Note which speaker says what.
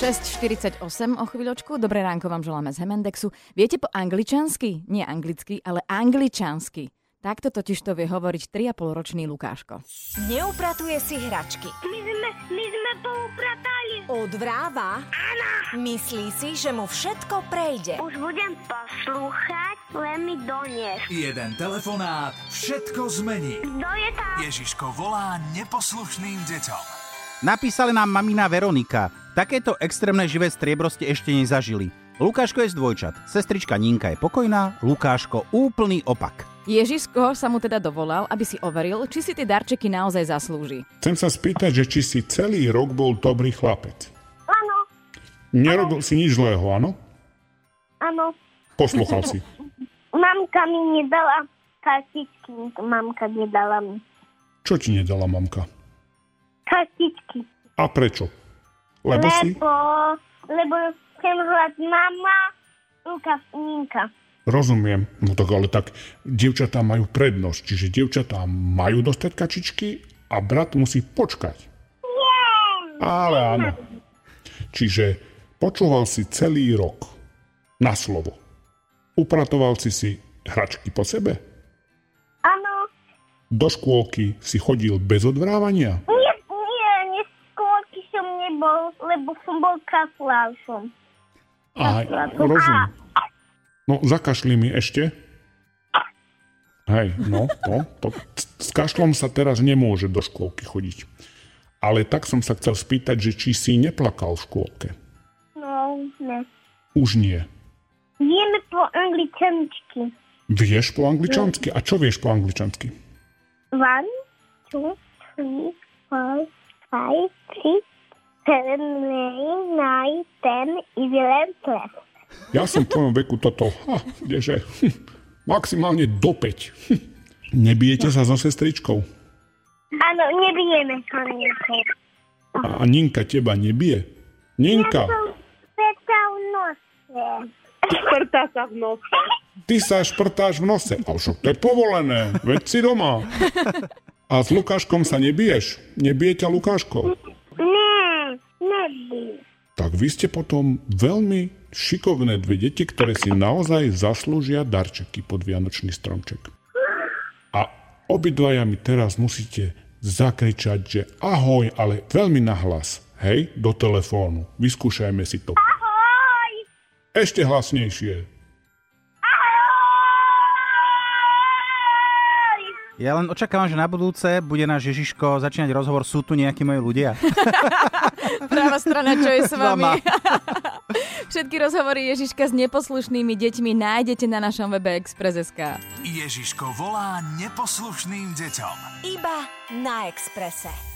Speaker 1: 6.48 o chvíľočku. Dobré ránko vám želáme z Hemendexu. Viete po angličansky? Nie anglicky, ale angličansky. Takto totiž to vie hovoriť 3,5-ročný Lukáško.
Speaker 2: Neupratuje si hračky.
Speaker 3: My sme, my sme poupratali.
Speaker 2: Odvráva.
Speaker 3: Áno,
Speaker 2: Myslí si, že mu všetko prejde.
Speaker 3: už budem poslúchať, len mi donies.
Speaker 4: Jeden telefonát všetko zmení.
Speaker 3: Kto je tam?
Speaker 4: Ježiško volá neposlušným deťom.
Speaker 5: Napísala nám mamina Veronika. Takéto extrémne živé striebro ste ešte nezažili. Lukáško je z dvojčat, sestrička Ninka je pokojná, Lukáško úplný opak.
Speaker 1: Ježiško sa mu teda dovolal, aby si overil, či si tie darčeky naozaj zaslúži.
Speaker 6: Chcem sa spýtať, že či si celý rok bol dobrý chlapec.
Speaker 3: Áno,
Speaker 6: Nerobil si nič zlého, áno?
Speaker 3: áno.
Speaker 6: Posluchal si.
Speaker 3: Mamka mi nedala kartičky. Mamka nedala mi.
Speaker 6: Čo ti nedala mamka?
Speaker 3: Kartičky.
Speaker 6: A prečo? Lebo si...
Speaker 3: Lebo, lebo chcem hrať mama, Luka, Ninka.
Speaker 6: Rozumiem. No tak ale tak, dievčatá majú prednosť, čiže dievčatá majú dostať kačičky a brat musí počkať. Ale áno. Čiže počúval si celý rok. Na slovo. Upratoval si si hračky po sebe?
Speaker 3: Áno.
Speaker 6: Do škôlky si chodil bez odvrávania?
Speaker 3: Nie, nie, nie, skôrky som nebol, lebo som bol kaflášom.
Speaker 6: Aj, rozumiem. No, zakašli mi ešte. Hej, no, to, to, s kašlom sa teraz nemôže do škôlky chodiť. Ale tak som sa chcel spýtať, že či si neplakal v škôlke.
Speaker 3: No, ne.
Speaker 6: Už nie.
Speaker 3: Vieme po angličančky.
Speaker 6: Vieš po angličansky? A čo vieš po angličansky?
Speaker 3: One, two, three, four, five, six, seven, eight, nine, ten, eleven, twelve.
Speaker 6: Ja som v tvojom veku toto, ha, kdeže, hm, maximálne do 5. Hm. Nebijete sa so sestričkou?
Speaker 3: Áno, nebijeme sa nejaké.
Speaker 6: A, a Ninka teba nebije? Ninka!
Speaker 3: Peta v nose.
Speaker 7: Šprtá sa v nose.
Speaker 6: ty sa šprtáš v nose. A však to je povolené, veď si doma. A s Lukáškom sa nebiješ? Nebije ťa Lukáško?
Speaker 3: Ne, nebij.
Speaker 6: Tak vy ste potom veľmi šikovné dve deti, ktoré si naozaj zaslúžia darčeky pod Vianočný stromček. A obidvaja mi teraz musíte zakričať, že ahoj, ale veľmi nahlas. Hej, do telefónu. Vyskúšajme si to.
Speaker 3: Ahoj!
Speaker 6: Ešte hlasnejšie.
Speaker 3: Ahoj!
Speaker 5: Ja len očakávam, že na budúce bude náš Ježiško začínať rozhovor, sú tu nejakí moji ľudia.
Speaker 1: Práva strana, čo je s vami.
Speaker 5: Mama.
Speaker 1: Všetky rozhovory Ježiška s neposlušnými deťmi nájdete na našom webe Express.sk.
Speaker 4: Ježiško volá neposlušným deťom.
Speaker 2: Iba na Exprese.